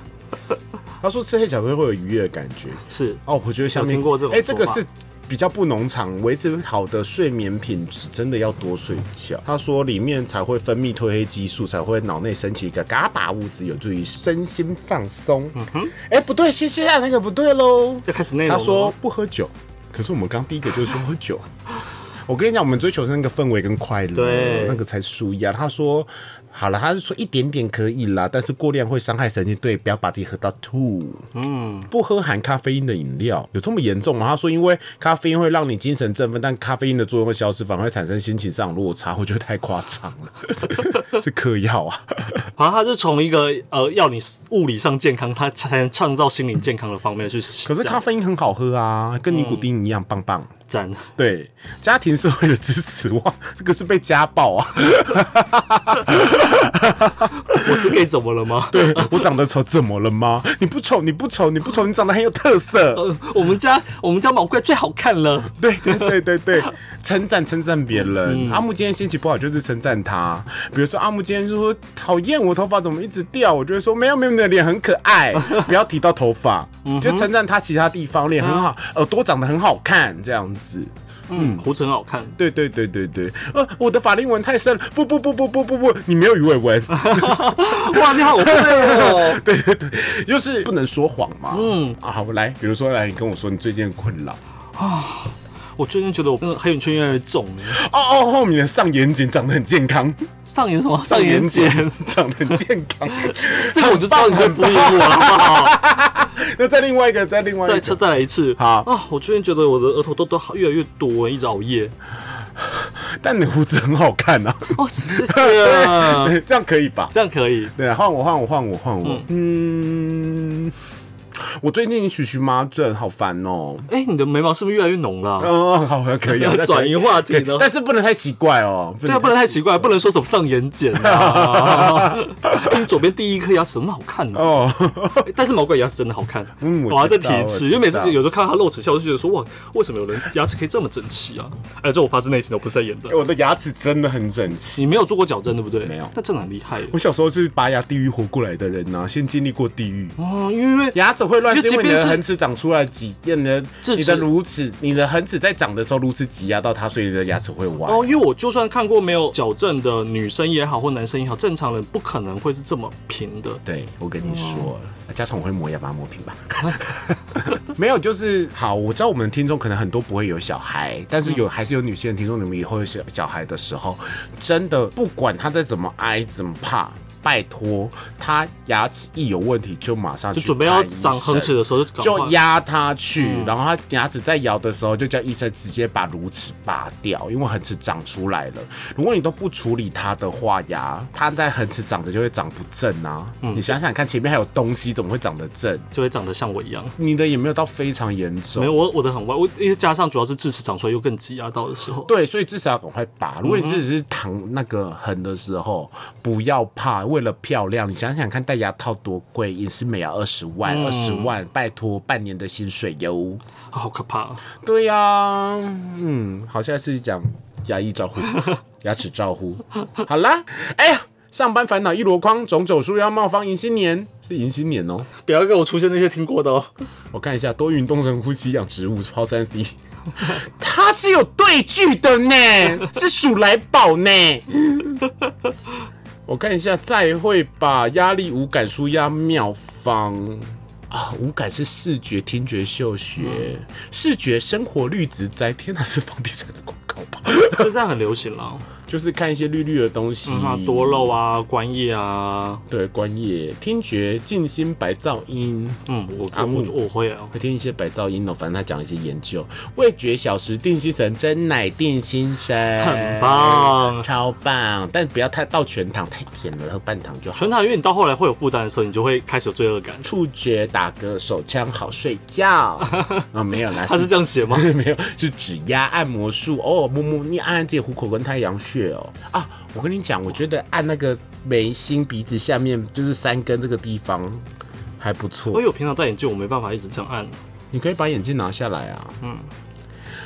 Speaker 1: 他说吃黑巧克力会有愉悦的感觉
Speaker 2: 是
Speaker 1: 哦，我觉得下面
Speaker 2: 有听过这种
Speaker 1: 哎、这个
Speaker 2: 说法
Speaker 1: 是比较不农场，维持好的睡眠品质真的要多睡觉。他说里面才会分泌褪黑激素，才会脑内升起一个嘎巴物质，有助于身心放松。
Speaker 2: 嗯
Speaker 1: 哎、不对，谢谢啊，那个不对喽。
Speaker 2: 要开始内容
Speaker 1: 他
Speaker 2: 了
Speaker 1: 说不喝酒，可是我们刚第一个就是说喝酒。 我跟你讲，我们追求是那个氛围跟快乐，
Speaker 2: 对
Speaker 1: 那个才舒压。他说好了，他是说一点点可以啦，但是过量会伤害神经，对，不要把自己喝到吐。嗯，不喝含咖啡因的饮料，有这么严重吗？他说，因为咖啡因会让你精神振奋，但咖啡因的作用会消失，反而会产生心情上的落差。 我觉得太夸张了， 是嗑药啊。
Speaker 2: 好像他是从一个呃要你物理上健康，他才能创造心灵健康的方面去
Speaker 1: 可
Speaker 2: 可
Speaker 1: 是咖啡因很好喝啊，跟尼古丁一样，棒棒。
Speaker 2: 赞，
Speaker 1: 对，家庭社会的支持哇， 这个是被家暴啊！
Speaker 2: 我是 gay 怎么了吗？
Speaker 1: 对我长得丑怎么了吗？你不丑，你不丑，你不丑，你长得很有特色。
Speaker 2: 呃，我们家我们家毛怪最好看了，
Speaker 1: 对对对对对，称赞称赞别人。阿木今天心情不好，就是称赞他。比如说啊阿木今天就说讨厌我头发怎么一直掉，我就会说没有没有，你的脸很可爱，不要提到头发，就称赞他其他地方脸很好，耳朵长得很好看这样子。
Speaker 2: 嗯，胡子很好看，
Speaker 1: 对对对对对，呃，我的法令纹太深了，不不不不不不不，你没有鱼尾纹。
Speaker 2: 啊哇，你好会哦，
Speaker 1: 对对对，就是不能说谎嘛。嗯，啊，好，来，比如说来，你跟我说你最近的困扰，
Speaker 2: 我最近觉得我那个黑眼圈越来越重了，
Speaker 1: 哦哦哦，你的上眼睑长得很健康，
Speaker 2: 上眼什么上眼睑，
Speaker 1: 长得很健康。
Speaker 2: 这个我就知道你在敷衍我 了，好不好？
Speaker 1: 那再另外一个，再另外一
Speaker 2: 再
Speaker 1: 个，
Speaker 2: 再再来一次，
Speaker 1: 好
Speaker 2: 啊！我最近觉得我的额头痘痘好越来越多，一直熬夜。
Speaker 1: 但你的胡子很好看啊，
Speaker 2: 哦，谢谢啊，
Speaker 1: 这样可以吧？
Speaker 2: 这样可以。
Speaker 1: 对啊，换我，换我，换我，换我。嗯，我最近荨荨麻疹，好烦哦。
Speaker 2: 哎、你的眉毛是不是越来越浓了、啊
Speaker 1: 嗯，好，可 以啊，
Speaker 2: 要转移话题呢
Speaker 1: 但是不能太奇怪哦。对
Speaker 2: 对啊，不能太奇怪，不能说什么上眼睑 啊。因为左边第一颗牙齿有那么好看呢、
Speaker 1: 哦。
Speaker 2: 哎但是毛怪牙齿真的好看。
Speaker 1: 嗯我
Speaker 2: 我还在
Speaker 1: 知道
Speaker 2: 铁齿，
Speaker 1: 我知道
Speaker 2: 因为每次有时候看到他露齿笑，我就觉得说哇，为什么有人牙齿可以这么整齐啊？哎，这我发自内心的，我不是在演 的。
Speaker 1: 我的牙齿真的很整齐。
Speaker 2: 你没有做过矫正对不对？
Speaker 1: 没有
Speaker 2: 那真的很厉害耶。
Speaker 1: 我小时候是拔牙地狱活过来的人呐、先经历过地狱。
Speaker 2: 哦，因为
Speaker 1: 牙齿会乱，
Speaker 2: 因为
Speaker 1: 是因为
Speaker 2: 即
Speaker 1: 你
Speaker 2: 便
Speaker 1: 的
Speaker 2: 是
Speaker 1: 恒齿长出来挤，你的
Speaker 2: 智齿
Speaker 1: 你的乳齿，你的恒齿在长的时候，乳齿挤压到它，所以你的牙齿会歪。
Speaker 2: 哦，因为我就算看过没有矫正的女生也好，或男生也好，正常人不可能会是这么平的。
Speaker 1: 对，我跟你说，
Speaker 2: 哦
Speaker 1: 加上我会磨牙，把它磨平吧。 没有，就是好，我知道我们的听众可能很多不会有小孩，但
Speaker 2: 嗯
Speaker 1: 是有、还是有女性的听众，你们以后有小小孩的时候，真的不管他再怎么挨怎么怕。拜托，他牙齿一有问题就马上
Speaker 2: 就
Speaker 1: 去
Speaker 2: 准备要
Speaker 1: 看医
Speaker 2: 长恒
Speaker 1: 生
Speaker 2: 齿的时候就赶快
Speaker 1: 就压他去，
Speaker 2: 嗯
Speaker 1: 然后他牙齿在摇的时候，就叫医生直接把乳齿拔掉，因为恒齿长出来了。如果你都不处理它的话呀，它在恒齿长得就会长不正啊。
Speaker 2: 嗯
Speaker 1: 你想想看，前面还有东西，怎么会长得正？
Speaker 2: 就会长得像我一样。
Speaker 1: 你的也没有到非常严
Speaker 2: 没有
Speaker 1: 重。
Speaker 2: 我我的很歪，我因为加上主要是智齿长出来又更挤压啊到的 时候，
Speaker 1: 对，所以至少要赶快
Speaker 2: 嗯
Speaker 1: 拔。如果你只是躺那个痕的时候，不要怕。为了漂亮，你想想看，戴牙套多贵，也是美牙啊二十万，
Speaker 2: 嗯
Speaker 1: 二十、万，拜托，半年的薪水哟。
Speaker 2: 啊好可怕、啊。
Speaker 1: 对呀、嗯，好，下次讲牙医照护、牙齿照护。好啦，哎呀，上班烦恼一箩筐，种种树要茂方迎新年，是迎新年哦。
Speaker 2: 不要给我出现那些听过的哦。
Speaker 1: 我看一下，多运动、深呼吸、养植物、超三 C，它是有对句的呢，是鼠来宝呢。我看一下，再会吧，压力无感舒压妙方啊，无感是视觉、听觉、嗅觉，视觉生活绿植栽，天哪，是房地产的广告吧？
Speaker 2: 现在很流行啦，
Speaker 1: 就是看一些绿绿的东西，
Speaker 2: 啊多肉啊、观叶啊，
Speaker 1: 对观叶，听觉静心白噪音。
Speaker 2: 嗯，我
Speaker 1: 阿
Speaker 2: 我
Speaker 1: 木
Speaker 2: 我我会啊，
Speaker 1: 会听一些白噪音哦，反正他讲了一些研究，味觉小时定心神，真奶定心神，
Speaker 2: 很棒
Speaker 1: 超棒，但不要太到全糖，太甜了，喝半糖就好。
Speaker 2: 全糖，因为你到后来会有负担的时候，你就会开始有罪恶感。
Speaker 1: 触觉、打嗝、手枪，好睡觉。 啊、没有啦，
Speaker 2: 他是这样写 吗？哦
Speaker 1: 没有，是 指压按摩术，偶尔摸摸，你按按自己虎口跟太阳穴哦。啊，我跟你讲，我觉得按那个眉心、鼻子下面，就是三根这个地方还不错。
Speaker 2: 我有平常戴眼镜，我没办法一直这样按。
Speaker 1: 你可以把眼镜拿下来啊。嗯。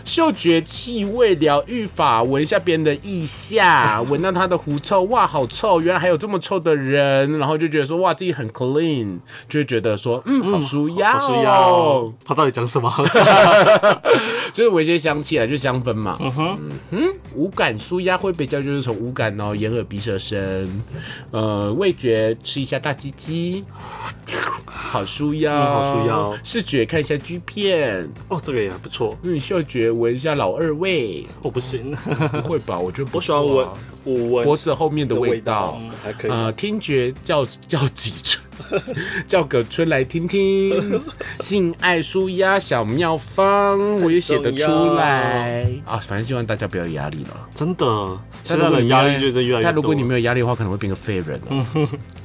Speaker 1: 嗅觉、气味疗愈法，闻一下别人的腋下， 闻到他的狐臭，哇，好臭！原来还有这么臭的人，然后就觉得说，哇，自己很 clean，就会觉得说，嗯，好舒压、
Speaker 2: 我
Speaker 1: 哦，
Speaker 2: 是要他到底讲什么？
Speaker 1: 就是闻一些香气啊，就香氛嘛。嗯哼，无感舒压会比较就是从无感哦，眼耳鼻舌身，呃，味觉吃一下大鸡 鸡，好舒压、
Speaker 2: 嗯好舒压哦
Speaker 1: 视觉看一下 G 片，
Speaker 2: 哦，这个也还不错，
Speaker 1: 嗯，嗅觉闻一下老二味，
Speaker 2: 我不行，
Speaker 1: 不会吧？我觉得不
Speaker 2: 我喜欢
Speaker 1: 错
Speaker 2: 闻
Speaker 1: 啊
Speaker 2: 我闻
Speaker 1: 脖子后面的
Speaker 2: 的
Speaker 1: 味
Speaker 2: 味
Speaker 1: 道
Speaker 2: 道，，嗯还可以。
Speaker 1: 呃，听觉叫叫几 春，叫个春来听听，性爱舒压小妙方，我也写得出 来啊。反正希望大家不要有压力了。
Speaker 2: 真的，现
Speaker 1: 但如
Speaker 2: 在
Speaker 1: 果
Speaker 2: 的
Speaker 1: 你
Speaker 2: 压
Speaker 1: 没有
Speaker 2: 力就真越来越多。
Speaker 1: 但如果你没有压力的话，可能会变个废人 哦。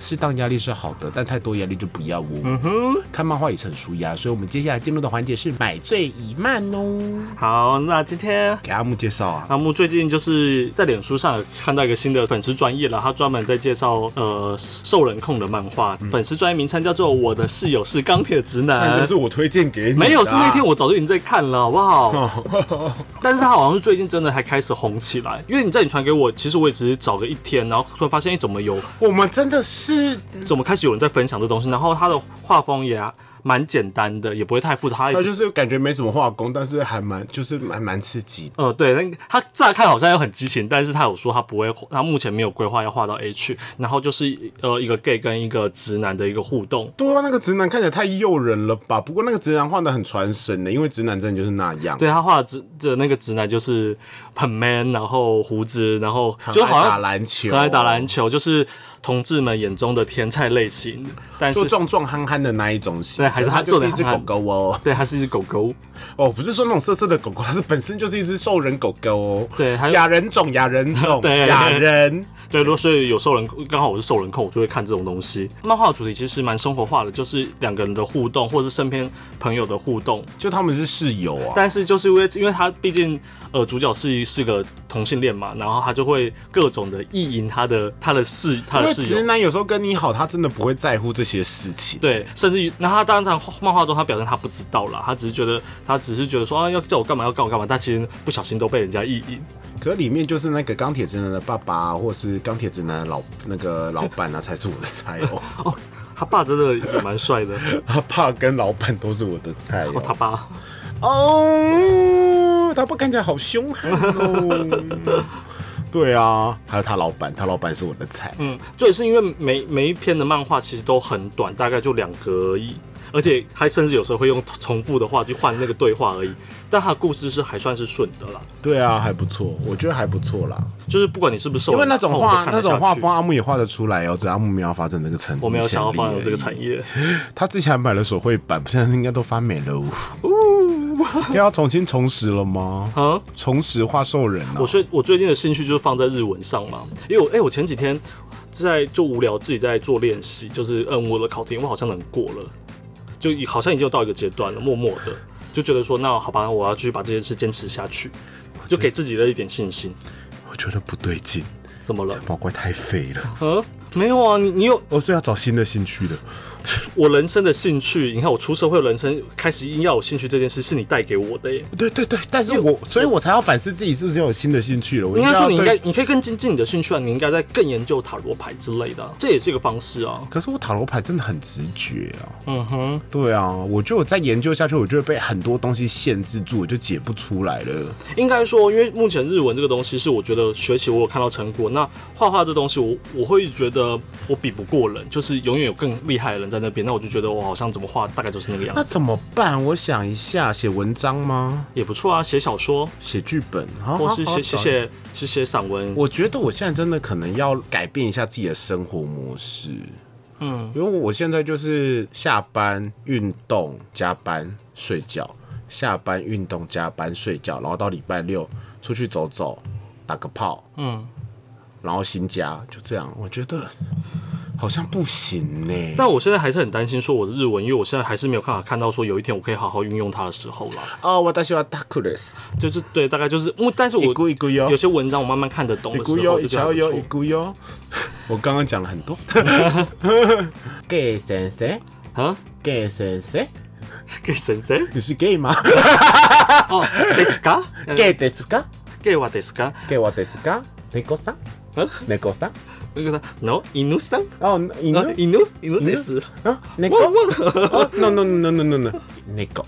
Speaker 1: 适当压力是好的，但太多压力就不要哦。看漫画也是很舒压，所以我们接下来进入的环节是买醉一漫哦。
Speaker 2: 好，那今天
Speaker 1: 给阿木介绍啊，
Speaker 2: 阿木最近就是在脸书上有看到一个新的粉丝专业了，他专门在介绍呃兽人控的漫画，粉丝专业名称叫做《我的室友是钢铁直男》。
Speaker 1: 我推荐嗯哎给你
Speaker 2: 啊呃
Speaker 1: 啊
Speaker 2: 没 有，是那天
Speaker 1: 我
Speaker 2: 我早就已经在看了，好不好？ 但是他好像是最近真的还开始红起来，因为你在你传给我，其实我也只是找个一天，然后突然发现，哎，怎么有，
Speaker 1: 我们真的是
Speaker 2: 怎么开始有人在分享这东西，然后他的画风也蛮简单的，也不会太复杂。它也
Speaker 1: 他
Speaker 2: 不
Speaker 1: 就是是感觉没什么化工，但是还蛮就是蛮蛮刺激的。
Speaker 2: 呃，对，那个他乍看好像又很激情，但是他有说他不会，他目前没有规划要画到 A 去，然后就是呃一个 gay 跟一个直男的一个互动，
Speaker 1: 对啊，那个直男看起来太诱人了吧？不过那个直男画的很传神的，因为直男真的就是那样。
Speaker 2: 对他画的直的那个直男就是很 man，然后胡子，然后就
Speaker 1: 很
Speaker 2: 好
Speaker 1: 爱
Speaker 2: 像
Speaker 1: 打篮球，
Speaker 2: 很爱打篮球，就是同志们眼中的天菜类型，但是
Speaker 1: 就壮壮憨憨的那一种型。
Speaker 2: 对还是
Speaker 1: 他
Speaker 2: 他
Speaker 1: 就是一只狗
Speaker 2: 做得憨憨
Speaker 1: 狗哦。
Speaker 2: 对他是一只狗狗，
Speaker 1: 哦，不是说那种色色的狗狗，它是本身就是一只兽人狗狗哦。
Speaker 2: 对还有
Speaker 1: 亚人种，亚人种，
Speaker 2: 对
Speaker 1: 亚人。
Speaker 2: 对，如果所以有兽人，刚好我是兽人控，我就会看这种东西。漫画的主题其实蛮生活化的，就是两个人的互动，或者是身边朋友的互动。
Speaker 1: 就他们是室友啊。
Speaker 2: 但是就是因为，因为他毕竟呃主角是是个同性恋嘛，然后他就会各种的意淫他的他的室他
Speaker 1: 因
Speaker 2: 的
Speaker 1: 为
Speaker 2: 室
Speaker 1: 直
Speaker 2: 友。
Speaker 1: 男有时候跟你好，他真的不会在乎这些事情。
Speaker 2: 对，甚至于，那他当然在漫画中他表现他不知道啦，他只是觉得他只是觉得说啊要叫我干嘛要干我干嘛，但其实不小心都被人家意淫。
Speaker 1: 可里面就是那个钢铁直男的爸爸、或是钢铁直男的老那个老板啊，才是我的菜 哦。
Speaker 2: 哦，他爸真的也蛮帅的，
Speaker 1: 他爸跟老板都是我的菜
Speaker 2: 哦他
Speaker 1: 哦。
Speaker 2: 爸。
Speaker 1: 哦，他爸看起来好凶悍 哦。对啊，还有他老板，他老板是我的菜。
Speaker 2: 嗯，这也是因为每每一篇的漫画其实都很短，大概就两格而已，而且还甚至有时候会用重复的话去换那个对话而已。但它的故事是还算是顺的啦，
Speaker 1: 对啊，还不错，我觉得还不错啦。
Speaker 2: 就是不管你是不是受
Speaker 1: 因为那种画那种画，
Speaker 2: 哦我都看得下
Speaker 1: 风，阿木也画得出来哦，只是阿木没有发展这个产，
Speaker 2: 去我没有想要发展这个
Speaker 1: 业。
Speaker 2: 产业。
Speaker 1: 他之前还买了手绘版，现在应该都发霉 了哦。又要重新重拾了吗？
Speaker 2: 啊，
Speaker 1: 重拾画兽人啊
Speaker 2: 我？最我最近的兴趣就是放在日文上嘛，因为我哎、我前几天在就无聊自己在做练习，就是嗯，我的考题我好像能过了，就已好像已经有到一个阶段了，默默的就觉得说那好吧，我要继续把这件事坚持下去，就给自己的一点信心。
Speaker 1: 我觉得不对劲，
Speaker 2: 怎么了？
Speaker 1: 毛怪太废了。
Speaker 2: 嗯，没有啊，你你有
Speaker 1: 我最要找新的兴趣了。
Speaker 2: 我人生的兴趣，你看我出社会人生开始应要有兴趣这件事，是你带给我的耶。
Speaker 1: 对对对，但是我所以，我才要反思自己是不是有新的兴趣了。我
Speaker 2: 应该
Speaker 1: 定要
Speaker 2: 说你应该
Speaker 1: 对，，
Speaker 2: 你可以更精进你的兴趣啊，你应该在更研究塔罗牌之类的啊、这也是一个方式啊。
Speaker 1: 可是我塔罗牌真的很直觉啊。嗯哼，对啊，我觉得我再研究下去，我就会被很多东西限制住，我就解不出来了。
Speaker 2: 应该说，因为目前日文这个东西是我觉得学习我有看到成果，那画画这东西我我会觉得我比不过人，就是永远有更厉害的人在那边，那我就觉得我哦好像怎么画大概就是那个样
Speaker 1: 那
Speaker 2: 子，
Speaker 1: 怎么办？我想一下，写文章吗？
Speaker 2: 也不错啊。写小说，
Speaker 1: 写剧本，好
Speaker 2: 或
Speaker 1: 好
Speaker 2: 是
Speaker 1: 好
Speaker 2: 写写
Speaker 1: 找
Speaker 2: 写写写散文，
Speaker 1: 我觉得我现在真的可能要改变一下自己的生活模式。嗯，因为我现在就是下班运动、加班、睡觉，下班运动、加班、睡觉，然后到礼拜六出去走走，打个炮，嗯，然后新家就这样。我觉得好像不行呢、
Speaker 2: 但我现在还是很担心说我的日文，因为我现在还是没有办法看到说有一天我可以好好运用它的时候啦。
Speaker 1: 哦，我大喜欢大酷的，
Speaker 2: 就是对，大概就是，嗯但是我
Speaker 1: 一咕一咕哟
Speaker 2: 有些文章我慢慢看得懂
Speaker 1: 一
Speaker 2: 的
Speaker 1: 咕
Speaker 2: 时
Speaker 1: 哟，
Speaker 2: 候，
Speaker 1: 一
Speaker 2: 就觉
Speaker 1: 桥
Speaker 2: 得
Speaker 1: 哟，
Speaker 2: 还
Speaker 1: 一
Speaker 2: 不错
Speaker 1: 咕哟。我刚刚讲了 很多。gay 先生
Speaker 2: 啊，
Speaker 1: ，gay 先生，
Speaker 2: 给神神
Speaker 1: 你是 gay 吗？
Speaker 2: 哦，ですか？
Speaker 1: gay ですか
Speaker 2: 给我ですか？
Speaker 1: 给我ですか猫さん
Speaker 2: 嗯
Speaker 1: 猫さん
Speaker 2: 那个啥，no 犬さん，
Speaker 1: 哦犬
Speaker 2: 啊犬犬です。
Speaker 1: 啊猫
Speaker 2: 汪 汪，
Speaker 1: 哦 no no no no no no 猫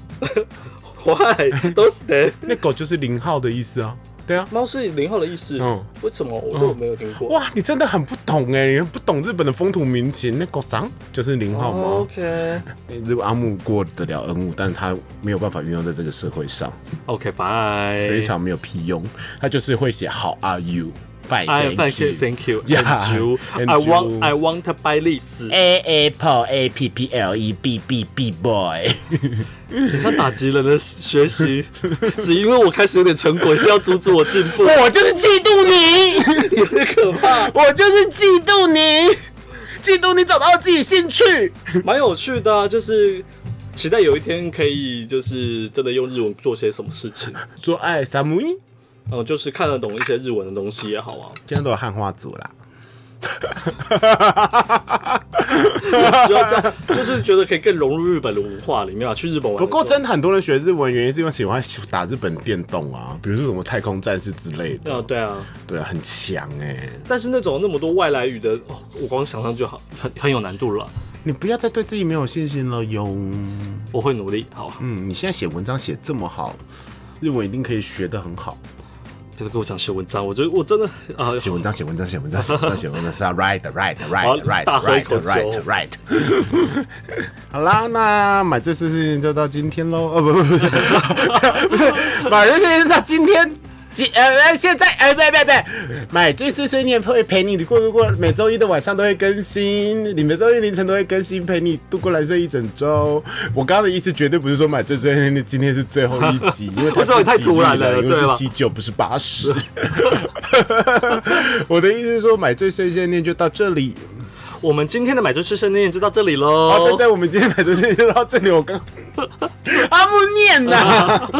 Speaker 2: 坏都是的。
Speaker 1: 猫就是零号的意思啊对啊
Speaker 2: 猫是零号的意思，
Speaker 1: 嗯
Speaker 2: 为什么我这我没有听过
Speaker 1: 哇你真的很不懂哎你很不懂日本的风土民情猫さん就是零号吗
Speaker 2: Oh, ？OK
Speaker 1: 如果阿木过得了 N 五但是他没有办法运用在这个社会上
Speaker 2: OK，
Speaker 1: 非
Speaker 2: bye。
Speaker 1: 常没有屁用他就是会写 How are you fine
Speaker 2: I thank
Speaker 1: thank
Speaker 2: you,
Speaker 1: you
Speaker 2: thank you,
Speaker 1: Yeah,
Speaker 2: and you.
Speaker 1: and
Speaker 2: I want,
Speaker 1: you.
Speaker 2: I want to buy this.
Speaker 1: A apple A P P L E B B B boy
Speaker 2: 你像打击人的学习，只因为我开始有点成果，是要阻止我进步，
Speaker 1: 我就是嫉妒你
Speaker 2: 有点可怕，
Speaker 1: 我就是嫉妒你，嫉妒你找到自己兴趣。
Speaker 2: 蛮有趣的、啊，就是期待有一天可以就是真的用日文做些什么事情，
Speaker 1: 做爱萨姆伊，
Speaker 2: 嗯、就是看得懂一些日文的东西也好啊，
Speaker 1: 现在都有汉化组啦。
Speaker 2: 需要这样， 就是觉得可以更融入日本的文化里面啊，去日本玩的时
Speaker 1: 不
Speaker 2: 候。
Speaker 1: 过真的很多人学日文，原因是因为喜欢打日本电动啊，比如说什么太空战士之类的，
Speaker 2: 啊、对啊，
Speaker 1: 对啊，很强哎、
Speaker 2: 但是那种那么多外来语的，哦、我光想象就好，很很有难度了啊。
Speaker 1: 你不要再对自己没有信心了哟。
Speaker 2: 我会努力。好，
Speaker 1: 嗯，你现在写文章写这么好，日文一定可以学得很好。
Speaker 2: 别再跟我讲写文章，我觉得我真的啊，
Speaker 1: 写文章，写文章，写文章，写文章，写文章是要 right right
Speaker 2: 好
Speaker 1: right right
Speaker 2: 大喝一
Speaker 1: right
Speaker 2: 口
Speaker 1: right
Speaker 2: 酒
Speaker 1: right。好啦，那买醉碎碎念就到今天喽。哦，不不不不，不是买醉碎碎念到今天。今呃呃，现在哎，不不不，买醉碎碎念会陪你度过过每周一的晚上都会更新，你每周一凌晨都会更新，陪你度过来这一整周。我刚刚的意思绝对不是说买醉碎碎念今天是最后一集，因为它
Speaker 2: 不是我太
Speaker 1: 吉利
Speaker 2: 突然了
Speaker 1: 因为
Speaker 2: 对吧
Speaker 1: 是七九不是八十。我的意思是说，买醉碎碎念就到这里。
Speaker 2: 我们今天的买醉吃生念就到这里喽。
Speaker 1: 哦，对对，我们今天买醉碎念就到这里。我刚 阿木念呐，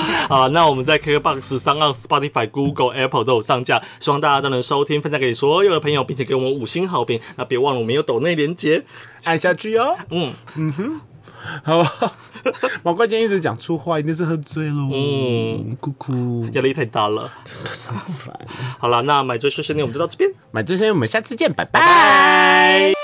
Speaker 2: 好，那我们在 KKBOX、s o n Spotify、Google、Apple 都有上架，希望大家都能收听，分享给所有的朋友，并且给我们五星好评。那别忘了我们有抖内连接，
Speaker 1: 按下去哦。
Speaker 2: 嗯
Speaker 1: 好吧，毛怪今天一直讲粗话，一定是喝醉喽。嗯，哭 哭，
Speaker 2: 压力太大了。
Speaker 1: 真烦。
Speaker 2: 好了，那买醉吃生念我们就到这边，
Speaker 1: 买醉碎念，我们下次见，拜
Speaker 2: 拜
Speaker 1: 拜。
Speaker 2: 拜。